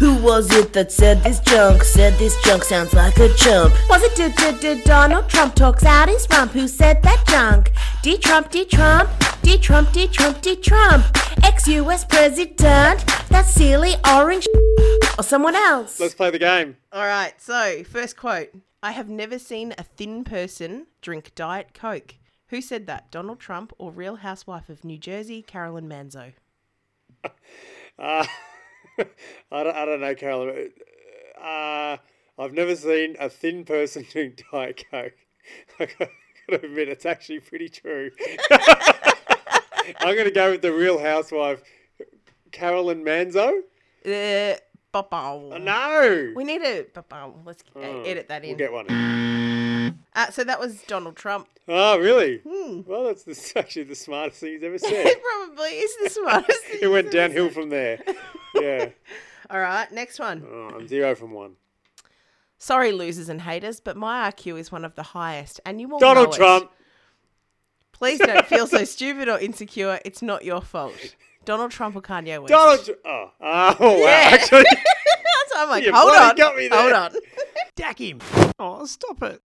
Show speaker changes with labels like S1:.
S1: was it that said this junk? Said this junk sounds like a chump.
S2: Was it do do do Donald Trump talks out his rump? Who said that junk? D Trump, D Trump, D Trump, D Trump, D Trump. Ex US president, that silly orange or someone else.
S3: Let's play the game.
S4: All right, so first quote I have never seen a thin person drink Diet Coke. Who said that? Donald Trump or Real Housewife of New Jersey, Carolyn Manzo?
S3: Uh, I, don't, I don't know, Carolyn. Uh, I've never seen a thin person drink Diet Coke. i got to admit, it's actually pretty true. I'm going to go with the real housewife, Carolyn Manzo.
S4: Uh, ba-bow.
S3: No!
S4: We need a ba-bow. Let's
S3: Hmm.
S4: uh, edit that
S3: We'll
S4: in.
S3: get one. in.
S4: Uh, so that was Donald Trump.
S3: Oh, really?
S4: Hmm.
S3: Well, that's the, actually the smartest thing he's ever said.
S4: It probably is the smartest. thing
S3: it went
S4: he's ever
S3: downhill from there. Yeah.
S4: said. All right, next one.
S3: Oh, I'm zero from one.
S4: Sorry, losers and haters, but my IQ is one of the highest, and you all
S3: Donald
S4: know it.
S3: Trump.
S4: Please don't feel so stupid or insecure. It's not your fault. Donald Trump or Kanye West?
S3: Donald. Tr- Oh, oh wow. Actually,
S4: That's why I'm like,
S3: You
S4: hold
S3: bloody
S4: on,
S3: got me there.
S4: hold on.
S5: Dack him. Oh, stop it.